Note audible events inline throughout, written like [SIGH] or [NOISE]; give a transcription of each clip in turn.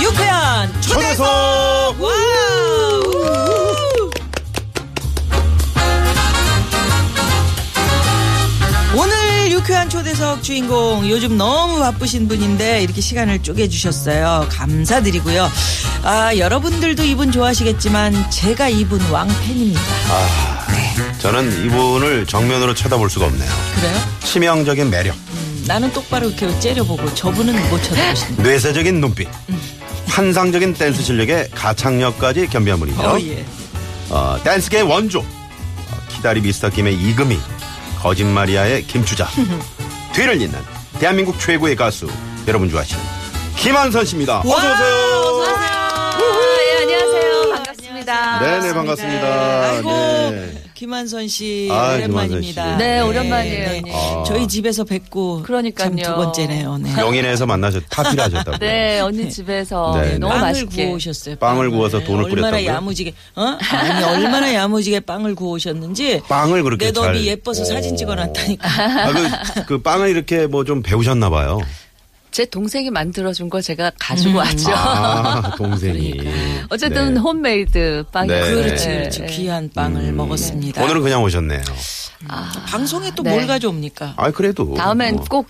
유쾌한 초대석 와우! 오늘 유쾌한 초대석 주인공 요즘 너무 바쁘신 분인데 이렇게 시간을 쪼개주셨어요 감사드리고요 아 여러분들도 이분 좋아하시겠지만 제가 이분 왕팬입니다 저는 이분을 정면으로 쳐다볼 수가 없네요. 그래요? 치명적인 매력, 음, 나는 똑바로 이렇게 째려보고 저분은 못 쳐다보신다 뇌세적인 눈빛, 환상적인 댄스 실력에 가창력까지 겸비한 분이죠. 어, 예. 어, 댄스계의 원조, 어, 키다리 미스터 김의 이금희, [LAUGHS] 거짓말이야의 김추자, 뒤를 잇는 대한민국 최고의 가수, 여러분 좋아하시는 김한선 씨입니다. 어서오세요. 네, 음, 안녕하세요. 반갑습니다. 네네, 반갑습니다. 아이고 네. 김한선 씨 아, 오랜만입니다. 김한선 씨. 네, 오랜만이에요, 언니. 아. 저희 집에서 뵙고 그러니까요. 참 두 번째네요. 네. 용인에서 만나셨, 타피를 하셨다고. 네, 언니 집에서 네, 네. 너무 빵을 맛있게. 구워 오셨어요. 빵을 구워서 돈을 얼마나 뿌렸다고요? 야무지게 어? 아니 얼마나 야무지게 빵을 구워 오셨는지 빵을 그렇게 내 덤이 잘- 예뻐서 오. 사진 찍어놨다니까. 아, 그, 그 빵을 이렇게 뭐 좀 배우셨나 봐요. 제 동생이 만들어준 걸 제가 음. 가지고 그렇죠. 왔죠. 아, 동생이. 그러니까. 어쨌든 네. 홈메이드 빵이 네. 그렇지 네. 그렇지 귀한 빵을 먹었습니다. 오늘은 그냥 오셨네요. 방송에 또 네. 뭘 가져옵니까? 아, 그래도. 다음엔 뭐. 꼭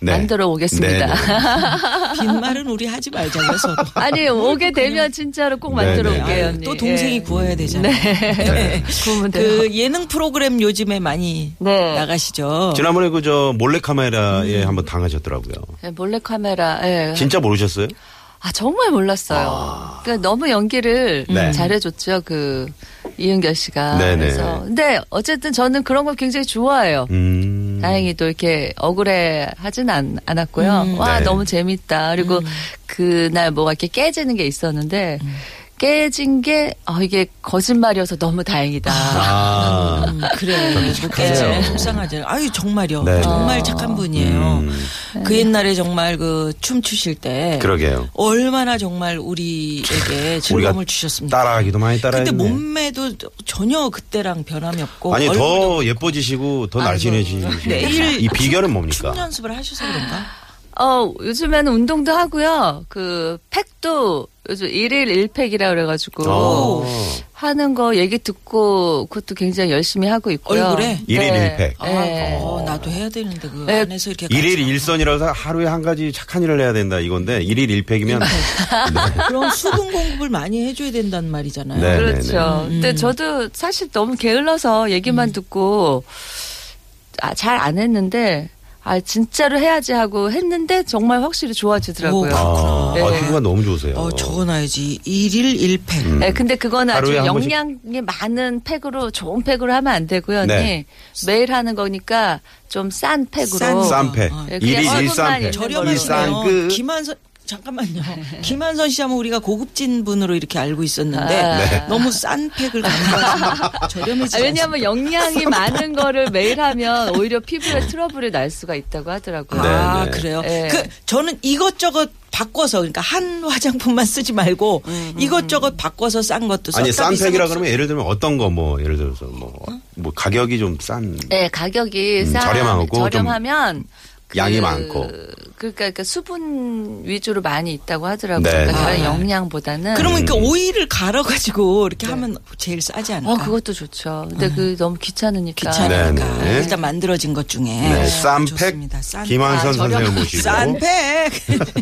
네. 만들어 오겠습니다. 네, [LAUGHS] 빈말은 우리 하지 말자고요 서로. [LAUGHS] 아니 오게 그냥- 되면 진짜로 꼭 네, 만들어 네. 올게요. 언니. 또 동생이 예. [LAUGHS] 구워야 되잖아요. [LAUGHS] 네, 네. 구우면 돼요. 그 예능 프로그램 요즘에 많이 네. 나가시죠. 지난번에 그 저 몰래카메라에 음. 한번 당하셨더라고요. 네. 몰래 카메라. 예. 진짜 모르셨어요? 아 정말 몰랐어요. 그러니까 너무 연기를 네. 잘해줬죠. 그 이은결 씨가. 네네. 그래서 근데 어쨌든 저는 그런 거 굉장히 좋아해요. 음. 다행히 또 이렇게 억울해 하진 않, 않았고요. 와, 네. 음. 너무 재밌다. 그리고 그날 뭐가 이렇게 깨지는 게 있었는데, 깨진 게, 어, 이게 거짓말이어서 너무 다행이다. [LAUGHS] 아. 음, 그래. 착하세요. 네, 속상하잖아요. 아유, 정말요. 네. 정말 착한 분이에요. 음. 그 옛날에 정말 그 춤추실 때. 그러게요. 얼마나 정말 우리에게 즐거움을 주셨습니까? 따라하기도 많이 따라했네. 근데 몸매도 전혀 그때랑 변함이 없고. 아니, 얼굴도 네, 더 예뻐지시고 더 날씬해지시고. 내일 이 비결은 뭡니까? 춤 연습을 하셔서 그런가? 어, 요즘에는 운동도 하고요. 그, 팩도 요즘 일일일팩이라 그래가지고. 어. 하는 거 얘기 듣고 그것도 굉장히 열심히 하고 있고요. 얼굴에? 일일 네. 일팩. 아, 네. 어, 나도 해야 되는데, 그 네. 안에서 이렇게. 일일 같이 일선이라서 하루에 한 가지 착한 일을 해야 된다 이건데 일일 [LAUGHS] 일팩이면 아, 그런 수분 공급을 많이 해줘야 된단 말이잖아요. 네. 그렇죠. 음. 근데 저도 사실 너무 게을러서 얘기만 듣고 아, 잘 안 했는데 아 진짜로 해야지 하고 했는데 정말 확실히 좋아지더라고요. 오. 아, 네. 아, 피부가 너무 좋으세요. 어, 적어놔야지. 일일 일팩. 음. 네, 근데 그건 아주 하루에 한 번씩. 영양이 많은 팩으로 좋은 팩으로 하면 안 되고요. 언니. 네. 매일 하는 거니까 좀 싼 팩으로. 싼 거. 쌈패. 어, 예, 일일 그냥 일쌈패. 얼굴만 저렴하시네요. 그 김한선 잠깐만요. 김한선 씨 하면 우리가 고급진 분으로 이렇게 알고 있었는데 아. 네. 너무 싼 팩을 가져가시면 저렴해지. 아, 왜냐하면 영양이 많은 거를 매일 하면 오히려 피부에 트러블이 날 수가 있다고 하더라고요. 네. 아 그래요. 네. 그 저는 이것저것 바꿔서 그러니까 한 화장품만 쓰지 말고 이것저것 바꿔서 싼 것도 써. 음. 아니 싼 쌈팩이라 비싼 그러면 예를 들면 어떤 거 뭐 예를 들어서 뭐 뭐 가격이 좀 싼 네, 가격이 음, 싸 저렴하고 좀 저렴하면 그 양이 많고. 그러니까, 그 수분 위주로 많이 있다고 하더라고요. 네, 그러니까 네. 다른 영양보다는 거. 아, 그러면 그 음. 오이를 갈아 가지고 이렇게 네. 하면 제일 싸지 않을까? 어 그것도 좋죠. 근데 그 너무 귀찮으니까 아. 음. 귀찮으니까 네, 네. 일단 만들어진 것 중에 네, 쌈팩 아, 좋습니다. 싼 김한선 아, 선생님 모시고 싼팩.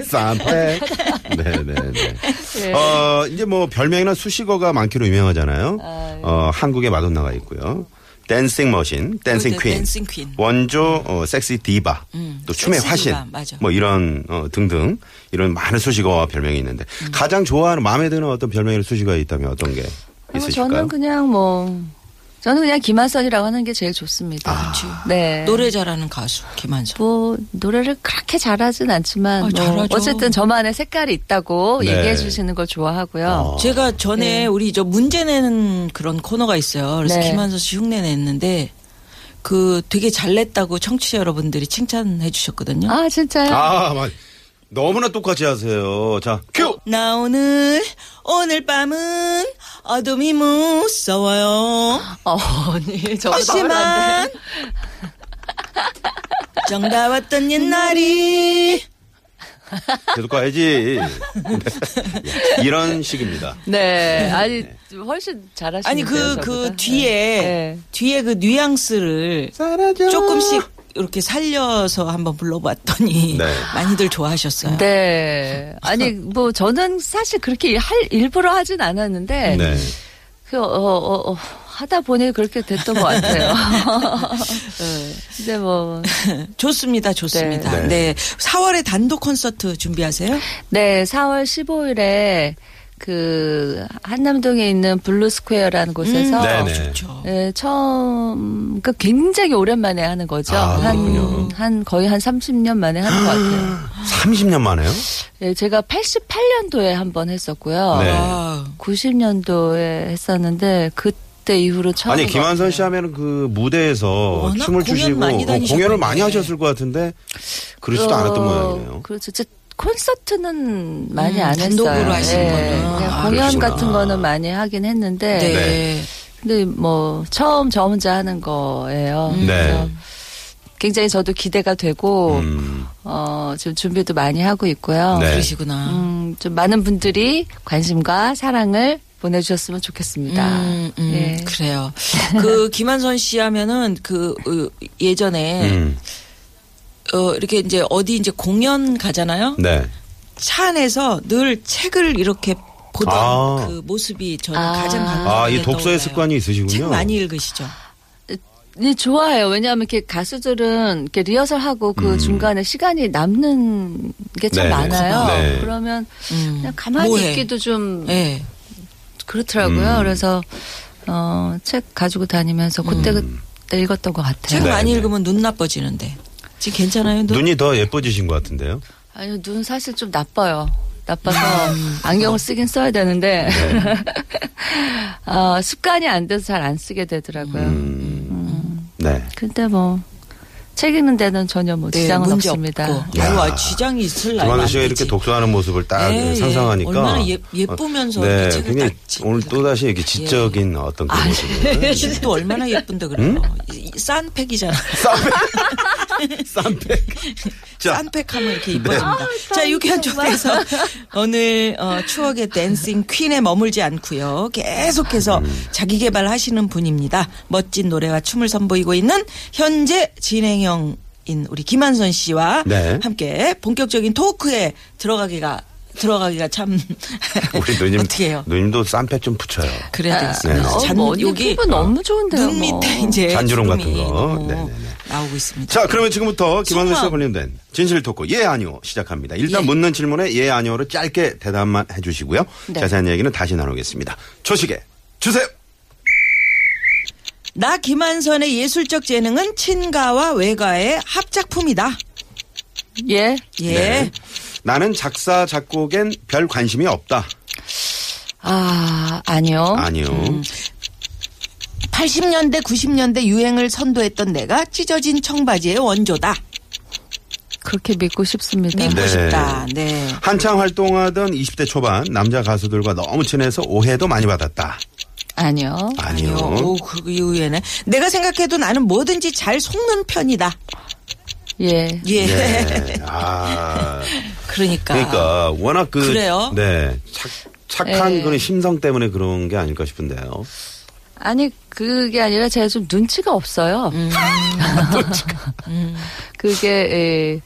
[LAUGHS] 쌈팩 네네네 어 이제 뭐 별명이나 수식어가 많기로 유명하잖아요 어 한국의 마돈나가 있고요 댄싱 머신 댄싱 그, 그 퀸 댄싱 퀸. 원조 어, 섹시 디바 또 춤의 섹시 화신 디바, 맞아. 뭐 이런 어, 등등 음. 이런 많은 수식어와 별명이 있는데 가장 좋아하는 마음에 드는 어떤 별명이나 수식어가 있다면 어떤 게 아마 있으실까요? 저는 그냥 뭐 저는 그냥 김한선이라고 하는 게 제일 좋습니다. 아. 네. 노래 잘하는 가수 김한선. 뭐 노래를 그렇게 잘하진 않지만 아, 뭐 잘하죠. 어쨌든 저만의 색깔이 있다고 네. 얘기해 주시는 걸 좋아하고요. 어. 제가 전에 네. 우리 저 문제 내는 그런 코너가 있어요. 그래서 네. 김한선 씨 흉내 냈는데 그 되게 잘 냈다고 청취자 여러분들이 칭찬해 주셨거든요. 아 진짜요? 아, 맞. 너무나 똑같이 하세요. 자, 큐! 나 오늘 오늘 밤은 어둠이 무서워요. 어, 언니 아, 저거 나오면 안 돼. 하지만 [LAUGHS] 정다 왔던 옛날이 음. 계속 [LAUGHS] 가야지. 예, 이런 식입니다. 네, 아니 훨씬 잘하시는 아니 그 그 뒤에 네. 뒤에 그 뉘앙스를 조금씩 이렇게 살려서 한번 불러봤더니 네. 많이들 좋아하셨어요. 네. 아니 뭐 저는 사실 그렇게 할 일부러 하진 않았는데 네. 그, 어, 어, 어, 하다 보니 그렇게 됐던 것 [LAUGHS] 같아요. 네. 근데 뭐, 좋습니다, 좋습니다. 네. 네. 4월에 단독 콘서트 준비하세요? 네, 4월 15일에 그, 한남동에 있는 블루스퀘어라는 곳에서 네, 네. 좋죠. 예, 처음, 그 굉장히 오랜만에 하는 거죠. 아, 그렇군요. 한, 한, 거의 한 30년 만에 하는 것 같아요. 30년 만에요? 예, 제가 88년도에 한 번 했었고요. 네. 아, 90년도에 했었는데, 그때 이후로 처음. 아니 김한선 씨 하면은 그 무대에서 네. 워낙 공연 춤을 추시고 많이 어, 다니셨는데. 공연을 많이 하셨을 것 같은데 그러지도 않았던 모양이네요. 어, 그렇죠. 제 콘서트는 많이 음, 안 했어요. 예, 단독으로 하신 거는. 그냥 아, 공연 그러시구나. 같은 거는 많이 하긴 했는데. 네. 네. 근데 뭐, 처음 저 혼자 하는 거예요. 음, 네. 그래서 굉장히 저도 기대가 되고, 음, 어, 지금 준비도 많이 하고 있고요. 네. 그러시구나. 음, 좀 많은 분들이 관심과 사랑을 보내주셨으면 좋겠습니다. 음, 음, 네. 예. [LAUGHS] 그래요. 그 김한선 씨 하면은 그 어, 예전에 음, 어, 이렇게 이제 어디 이제 공연 가잖아요. 네. 차 안에서 늘 책을 이렇게 보던 아. 그 모습이 저는 아. 가장 감동이 아, 이 독서의 습관이 있으시군요. 책 네. 많이 읽으시죠. 네, 좋아요. 왜냐하면 이렇게 가수들은 이렇게 리허설하고 그 음. 중간에 시간이 남는 게 참 네, 네. 많아요. 네. 그러면 음. 그냥 가만히 뭐해? 있기도 좀 예. 그렇더라고요. 음. 그래서 어, 책 가지고 다니면서 그때 음. 그때 읽었던 것 책 같아요. 네, 많이 네. 읽으면 눈 나빠지는데. 지금 괜찮아요? 눈? 눈이 더 예뻐지신 것 같은데요. 아니 눈 사실 좀 나빠요. 나빠서 음. 안경을 쓰긴 써야 되는데 네. [LAUGHS] 어, 습관이 안 돼서 잘 안 쓰게 되더라고요. 음, 네. 근데 뭐 책 읽는 데는 전혀 뭐 네, 지장은 문제 없습니다. 없고. 야. 아유, 아, 지장이 있을 날. 김한선 씨가 이렇게 [LAUGHS] 독서하는 모습을 딱 예, 예. 상상하니까 얼마나 예- 예쁘면서 네, 이렇게 책을 굉장히 딱 지- 예. 아, 네. 오늘 또 다시 이렇게 지적인 어떤 그 모습을 도 얼마나 예쁜데 그래요. 이- 이 [LAUGHS] 싼팩이잖아. 쌈팩. 자, 네. 싼팩하면 이렇게 아, 이뻐집니다. 자, 유쾌한 초대에서 오늘 어, 추억의 댄싱 퀸에 머물지 않고요. 계속해서 음. 자기 개발하시는 분입니다. 멋진 노래와 춤을 선보이고 있는 현재 진행형. 인 우리 김한선 씨와 네. 함께 본격적인 토크에 들어가기가 들어가기가 참 우리 누님 [LAUGHS] 네. 어떻게 해요? 아, 누님도 쌈팩 좀 붙여요. 그래야 네. 되겠습니다. 어, 어, 뭐 언니 피부 너무 좋은데요. 눈 뭐. 밑에 이제 잔주름 같은 주름이 거. 너무 네네네. 나오고 있습니다. 자, 그러면 지금부터 김한선 속마음. 씨와 관련된 진실 토크 예 아니오 시작합니다. 일단 묻는 질문에 예 아니오로 짧게 대답만 해주시고요. 네. 자세한 얘기는 다시 나누겠습니다. 초식에 주세요. 나 김한선의 예술적 재능은 친가와 외가의 합작품이다. 예. 예. 네. 나는 작사 작곡엔 별 관심이 없다. 아 아니요. 아니요. 80년대, 90년대 유행을 선도했던 내가 찢어진 청바지의 원조다. 그렇게 믿고 싶습니다. 믿고 네. 싶다. 네. 한창 활동하던 20대 초반 남자 가수들과 너무 친해서 오해도 많이 받았다. 아니요. 아니요. 오, 그 이후에는 내가 생각해도 나는 뭐든지 잘 속는 편이다. 예. 예. 네. 아. [LAUGHS] 그러니까. 그러니까 워낙 그 그래요? 네. 착, 착한 네. 그런 심성 때문에 그런 게 아닐까 싶은데요. 아니 그게 아니라 제가 좀 눈치가 없어요. [LAUGHS] 음. 그게 예.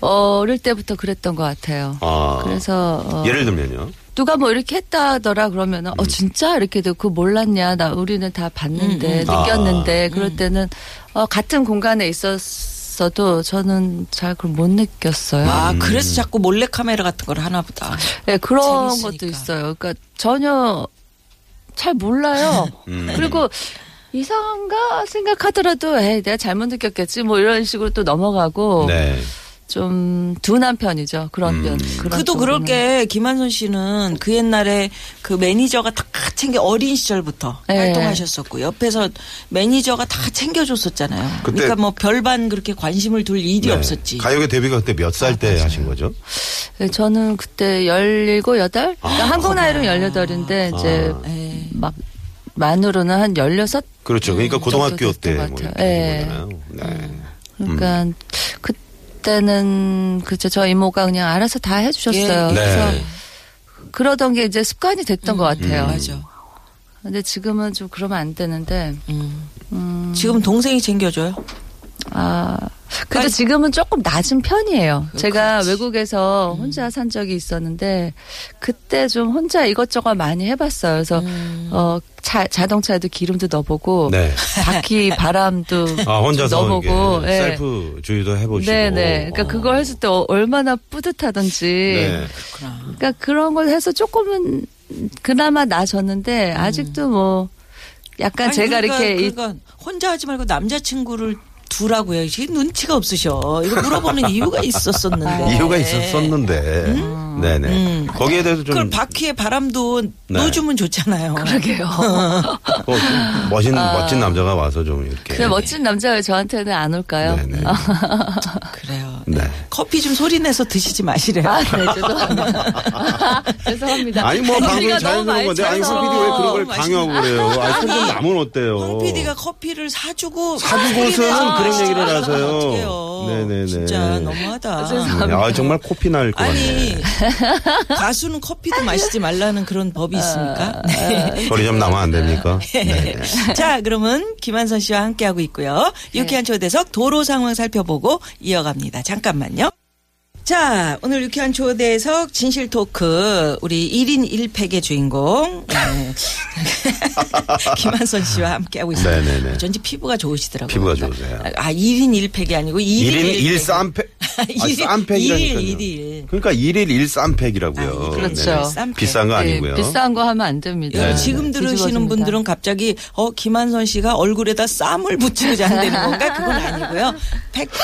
어릴 때부터 그랬던 것 같아요. 아. 그래서 어, 예를 들면요. 누가 뭐 이렇게 했다더라 그러면은 음. 어 진짜 이렇게 되고 그거 몰랐냐 나 우리는 다 음, 봤는데 아. 느꼈는데 그럴 때는 어 같은 공간에 있었어도 저는 잘 그걸 못 느꼈어요. 아, 음. 그래서 자꾸 몰래카메라 같은 걸 하나 보다. 예, 그런 재밌으니까. 것도 있어요. 그러니까 전혀 잘 몰라요. 음. 그리고 이상한가 생각하더라도 에이, 내가 잘못 느꼈겠지 뭐 이런 식으로 또 넘어가고 네. 좀 둔한 편이죠. 그런 음. 편. 그런 그도 그럴 쪽으로는. 게 김한선 씨는 그 옛날에 그 매니저가 다 챙겨 어린 시절부터 네. 활동하셨었고 옆에서 매니저가 다 챙겨줬었잖아요. 그 그때- 러니까뭐 별반 그렇게 관심을 둘 일이 네. 없었지. 가요계 데뷔가 그때 몇 살 때 하신 거죠? 네, 저는 그때 17, 8? 아, 그러니까 한국 나이로 18인데 이제 예. 막 만으로는 한 16? 그렇죠. 그러니까 음, 고등학교 정도 됐던 때뭐 것 이렇게 같아요. 예. 하신 거잖아요. 네. 그러니까 그때는 그저 저 이모가 그냥 알아서 다 해주셨어요. 예. 그래서 네. 그러던 게 이제 습관이 됐던 음. 것 같아요. 맞아. 근데 지금은 좀 그러면 안 되는데 음. 지금 동생이 챙겨줘요. 아 근데 그러니까 아니. 지금은 조금 낮은 편이에요. 제가 외국에서 혼자 산 적이 있었는데 그때 좀 혼자 이것저것 많이 해봤어요. 그래서 어 차, 자동차에도 기름도 넣어보고 음. 네. 바퀴 바람도 아, 혼자서 좀 넣어보고 이렇게 예. 셀프 주의도 해보시고. 네네. 그러니까 어. 그걸 했을 때 어- 얼마나 뿌듯하던지. 네. 그러니까 그런 걸 해서 조금은 그나마 나아졌는데 음. 아직도 뭐 약간 아니, 제가 그러니까 이렇게 이- 그건 혼자 하지 말고 남자친구를 두라고요. 지금 눈치가 없으셔. 이거 [LAUGHS] 물어보는 이유가 어, 있었었는데. 예. 이유가 있었었는데. 음? 네네. 거기에 대해서 좀, 그걸 바퀴에 바람도 네. 넣어주면 좋잖아요. 그러게요. [LAUGHS] 어, 좀 멋진, 아. 멋진 남자가 와서 좀 이렇게. 근데 멋진 남자가 왜 저한테는 안 올까요? 아. 네네. 그래요. 네. 커피 좀 소리 내서 드시지 마시래요. 아, 네, [LAUGHS] 죄송합니다. 죄송합니다. 아니 뭐 방금 소리가 그 자연스러운 너무 많이 건데 아니 차서. 홍 PD 왜 그런 걸 맛있- 강요하고 그래요? 아니 손좀 남은 어때요? 음, 홍 PD가 커피를 사주고 사주고서는 아, 그런 얘기를 진짜 하세요. 어떡해요. 네네네. 진짜 너무하다. 음, 아 정말 코피 날 것 아니 같네. 가수는 커피도 마시지 말라는 그런 법이 있습니까? 네. 소리 좀 나면 안 됩니까? 네. [LAUGHS] 자, 그러면 김한선 씨와 함께하고 있고요. 유쾌한 초대석 도로 상황 살펴보고 이어갑니다. 잠깐만요. 자, 오늘 유쾌한 초대석 진실 토크 우리 1인 1팩의 주인공 네. [LAUGHS] 김한선 씨와 함께하고 있습니다. 네네네. 전지 피부가 좋으시더라고요. 피부가 좋으세요. 아, 1인 1팩이 아니고 1인 1일 1팩. 1 쌈팩. 아, 일일- 쌈팩이라니까요. 일일, 일일. 그러니까 1일 1 쌈팩이라고요. 아, 그렇죠. 네네. 쌈팩. 비싼 거 아니고요. 네. 예, 비싼 거 하면 안 됩니다. 예. 네. 야, 지금 들으시는 예. 뒤집어집니다. 분들은 갑자기 어 김한선 씨가 얼굴에다 쌈을 붙이고 잔다는 건가 그건 아니고요. 팩도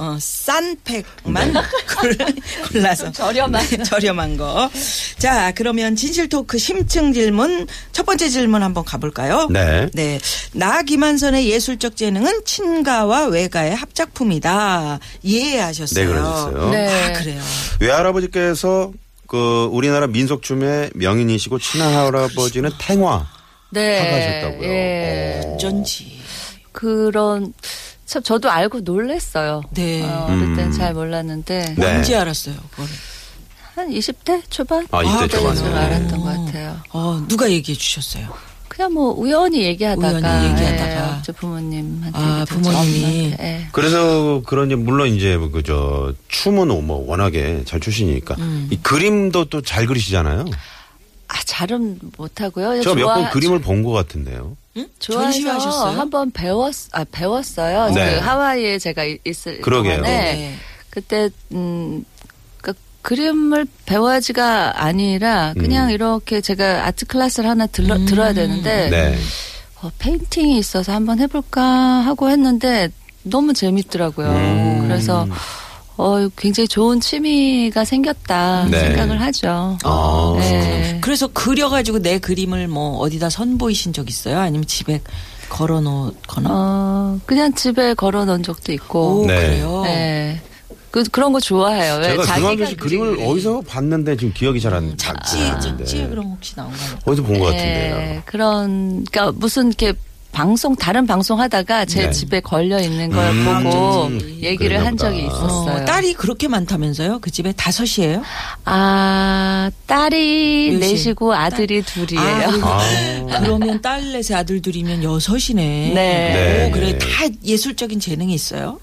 어, 싼 팩만 네. 골라- 골라서 저렴한. 네, 저렴한 거. 자 그러면 진실 토크 심층 질문 첫 번째 질문 한번 가볼까요? 네. 네. 나 김한선의 예술적 재능은 친가와 외가의 합작품이다. 예 이해하셨어요? 네, 그러셨어요. 네. 아 그래요. 외할아버지께서 그 우리나라 민속춤의 명인이시고 친할아버지는 탱화 네. 하가셨다고요. 예. 어쩐지. 그런 참 저도 알고 놀랬어요. 네. 어, 릴 음. 땐 잘 몰랐는데 네. 뭔지 알았어요. 그거는. 한 20대 초반 아, 20대 그때 초반에. 좀 알았던 것 같아요. 어, 누가 얘기해 주셨어요? 그냥 뭐 우연히 얘기하다가 우연히 얘기하다가. 예, 저 부모님한테 아, 얘기 듣고 부모님이. 엄마한테, 예. 그래서 그런지 물론 이제 뭐 그저 춤은 뭐 워낙에 잘 추시니까 이 그림도 또 잘 그리시잖아요. 아, 잘은 못 하고요. 제가 몇 번 그림을 본 것 같은데요. 좋아해서 전시회하셨어요? 한번 배웠 아 배웠어요. 네. 그 하와이에 제가 이- 있을 그러게요. 동안에 네. 그때 음 그러니까 그림을 배워야지가 아니라 그냥 음. 이렇게 제가 아트 클래스를 하나 들러, 음. 들어야 되는데 네. 어, 페인팅이 있어서 한번 해볼까 하고 했는데 너무 재밌더라고요. 음. 그래서 어 굉장히 좋은 취미가 생겼다 네. 생각을 하죠. 아, 네. 그래서 그려가지고 내 그림을 뭐 어디다 선보이신 적 있어요? 아니면 집에 걸어놓거나? 어 그냥 집에 걸어 놓은 적도 있고. 오, 네. 그래요? 네. 그, 그런 거 좋아해요. 왜 네, 제가 자기가 김한준 씨 그림을 그리는 어디서 봤는데 지금 기억이 잘 안 나요. 잡지, 아, 잡지에 네. 그럼 혹시 나온 거요 어디서 본 것 예, 같은데요. 그런, 그러니까 무슨 이렇게 방송, 다른 방송 하다가 제 네. 집에 걸려 있는 걸 음, 보고 어쩐지. 얘기를 한 적이 그랬나 보다. 있었어요. 딸이 그렇게 많다면서요? 그 집에 다섯이에요? 아, 딸이 넷이. 넷이고 아들이 둘이에요. 아, 아. 그러면 딸 넷에 아들 둘이면 여섯이네. 네. 네. 오, 그래. 다 예술적인 재능이 있어요?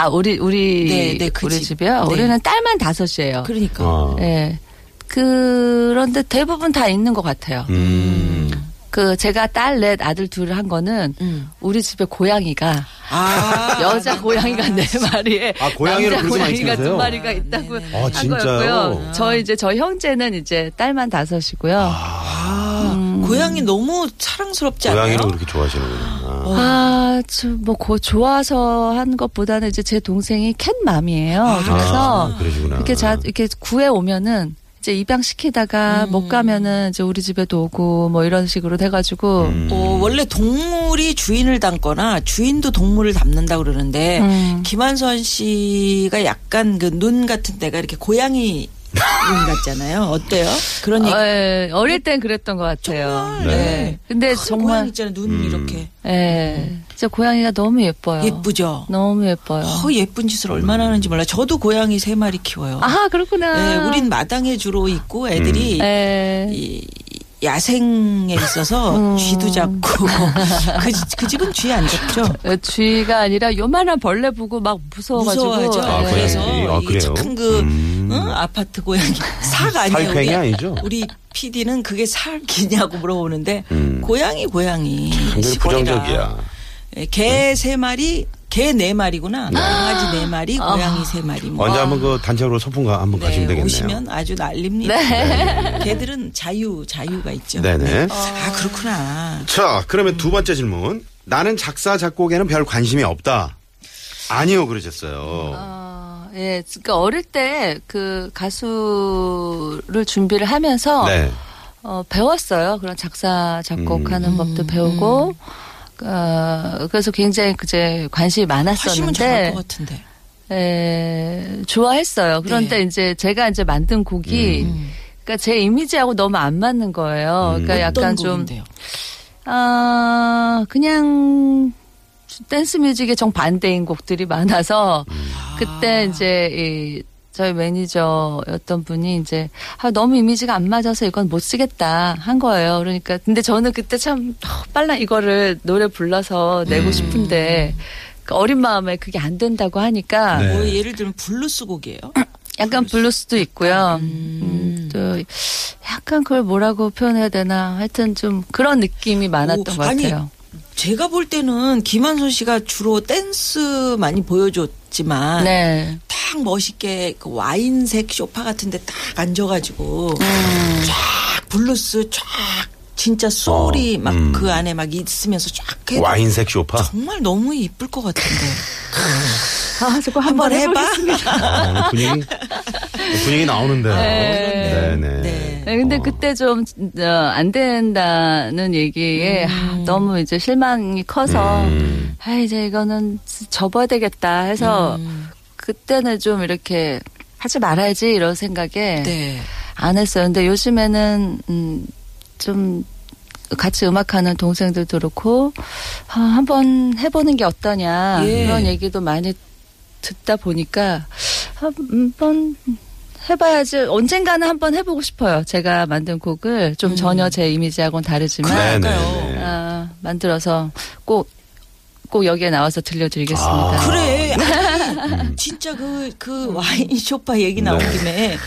아, 우리, 우리, 네, 네, 그 우리 집. 집이요? 네. 우리는 딸만 다섯이에요. 그러니까. 아. 예. 그런데 대부분 다 있는 것 같아요. 음. 그 제가 딸 넷 아들 둘을 한 거는 음. 우리 집에 고양이가 아. 여자 고양이가 네 마리에 아, 고양이를 남자 그렇게 많이 고양이가 키우세요? 두 마리가 있다고 아, 한 진짜요? 거였고요. 저 이제 저 형제는 이제 딸만 다섯이고요. 아. 아, 고양이 너무 사랑스럽지 않아요? 음. 고양이를 그렇게 좋아하시는군요. 어. 아. 아, 저뭐그 좋아서 한 것보다는 이제 제 동생이 캣맘이에요. 그래서 아, 그러시구나. 이렇게 자 이렇게 구해 오면은 이제 입양시키다가 음. 못 가면은 이제 우리 집에도 오고 뭐 이런 식으로 돼 가지고 어, 원래 동물이 주인을 닮거나 주인도 동물을 닮는다 그러는데 음. 김한선 씨가 약간 그 눈 같은 데가 이렇게 고양이 눈 같잖아요. 어때요? 그런 얘기. 예, 어릴 땐 그랬던 것 같아요. 정말. 예. 네. 근데 큰 고양이 정말 있잖아요. 눈 음. 이렇게 예. 진짜 고양이가 너무 예뻐요. 예쁘죠. 너무 예뻐요. 어, 예쁜 짓을 얼마나 하는지 몰라. 저도 고양이 세 마리 키워요. 아, 그렇구나. 네, 우린 마당에 주로 있고 애들이 예. 이 야생에 있어서 음. 쥐도 잡고 [LAUGHS] 그, 집- 그 집은 쥐 안 잡죠. 예, 쥐가 아니라 요만한 벌레 보고 막 무서워가지고 무서워하죠. 네. 아, 예. 그래서 아, 이게 그래요? 참 그, 음. 응? 아파트 고양이. 사가 아니에요. 살쾡이 우리- 아니죠? 우리 PD는 그게 살기냐고 물어보는데, 음. 고양이, 고양이. 굉장히 시골이라. 예, 부정적이야. 네. 개 세 마리, 개 네 마리구나. 강아지 네 마리, 고양이 세 마리. 뭐. 언제 한번 그 단체로 소풍 가 한번 네, 가시면 되겠네요. 오시면 아주 난립니다. 네. 네. 개들은 자유, 자유가 있죠. 네네. 어. 아, 그렇구나. 자, 그러면 두 번째 질문. 나는 작사 작곡에는 별 관심이 없다. 아니요, 그러셨어요. 어, 예, 그러니까 어릴 때 그 가수를 준비를 하면서 네. 어, 배웠어요. 그런 작사 음. 작곡하는 법도 배우고 어, 그래서 굉장히 그제 관심이 음. 하시면 많았었는데 잘할 것 같은데. 에, 좋아했어요. 그런데 네. 이제 제가 이제 만든 곡이 그러니까 제 이미지하고 너무 안 맞는 거예요. 음. 그러니까 어떤 약간 좀 곡인데요? 아, 그냥 댄스 뮤직의 정반대인 곡들이 많아서 그때 이제 이 저희 매니저였던 분이 이제 아, 너무 이미지가 안 맞아서 이건 못 쓰겠다 한 거예요. 그러니까 근데 저는 그때 참 어, 빨라 이거를 노래 불러서 내고 싶은데 그 어린 마음에 그게 안 된다고 하니까 네. 뭐 예를 들면 블루스 곡이에요. 약간 블루스도 있고요. 음, 또 약간 그걸 뭐라고 표현해야 되나 하여튼 좀 그런 느낌이 많았던 오, 것 같아요. 제가 볼 때는 김한솔 씨가 주로 댄스 많이 보여줬지만 네. 딱 멋있게 그 와인색 소파 같은데 딱 앉아가지고 음. 쫙 블루스 쫙 진짜 소울이 어, 막 음. 그 안에 막 있으면서 쫙 해도 와인색 쇼파. 정말 너무 이쁠 것 같은데 아, 저거 한번 해봐. 아, 분위기 분위기 나오는데요. 네. 네네. 네. 네, 근데 어. 그때 좀, 어, 안 된다는 얘기에 아, 너무 이제 실망이 커서, 음. 아, 이제 이거는 접어야 되겠다 해서, 음. 그때는 좀 이렇게 하지 말아야지 이런 생각에 네. 안 했어요. 근데 요즘에는, 음, 좀, 같이 음악하는 동생들도 그렇고, 아, 한번 해보는 게 어떠냐, 예. 그런 얘기도 많이 듣다 보니까, 한번 해봐야지, 언젠가는 한번 해보고 싶어요. 제가 만든 곡을 좀 전혀 제 이미지하고는 다르지만, 음. 네네. 아, 만들어서 꼭, 꼭 여기에 나와서 들려드리겠습니다. 아. 음. 그래. 아니, 진짜 그, 그 와인 쇼파 얘기 나온 네. 김에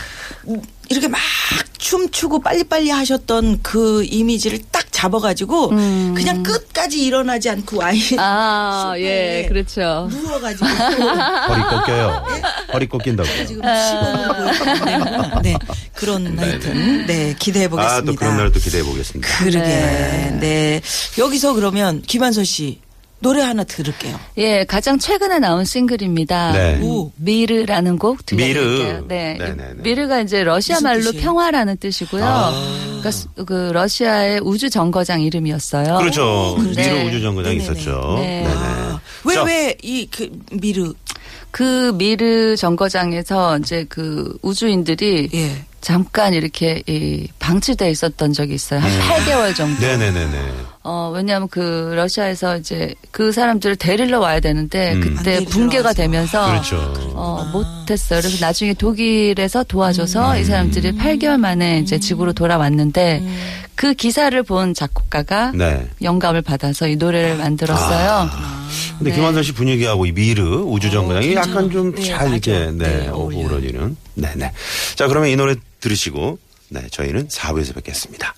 이렇게 막 춤추고 빨리빨리 하셨던 그 이미지를 딱 잡아가지고 음. 그냥 끝까지 일어나지 않고 와인 아, 쇼파에 네. 예, 그렇죠. 누워가지고 허리 [LAUGHS] 꺾여요. 허리 꺾인다고요. 네. 지금 시원하고 [LAUGHS] 네. 그런 하여튼. 네. 기대해 보겠습니다. 아, 또 그런 날도 기대해 보겠습니다. 그러게. 네. 여기서 그러면 김한선 씨 노래 하나 들을게요. 예, 가장 최근에 나온 싱글입니다. 네. 오. 미르라는 곡 들려드릴게요. 미르. 네. 네네네. 미르가 이제 러시아 무슨 말로 뜻이에요? 평화라는 뜻이고요. 그러니까 수- 그 러시아의 우주 정거장 이름이었어요. 그렇죠. 네. 미로 우주정거장 네네네. 있었죠. 네. 네네. 자, 왜 왜 이 그 미르 그 미르 정거장에서 이제 그 우주인들이 예. 잠깐 이렇게 이 방치돼 있었던 적이 있어요. 한 8개월 정도. 네네네네. 어, 왜냐하면 그 러시아에서 이제 그 사람들을 데리러 와야 되는데 음. 안 그때 데리러 붕괴가 와서. 되면서 그렇죠. 어, 못했어요. 그래서 나중에 독일에서 음. 도와줘서 이 사람들이 8개월 만에 음. 이제 지구로 돌아왔는데 그 기사를 본 작곡가가 네. 아. 영감을 받아서 이 노래를 만들었어요. 근데 네. 김한선 씨 분위기하고 이 미르 우주정거장이 어, 진짜. 약간 좀 네, 잘 맞아. 이렇게 네, 네, 어울려요. 어우러지는. 네네. 자 그러면 이 노래 들으시고 네 저희는 4부에서 뵙겠습니다.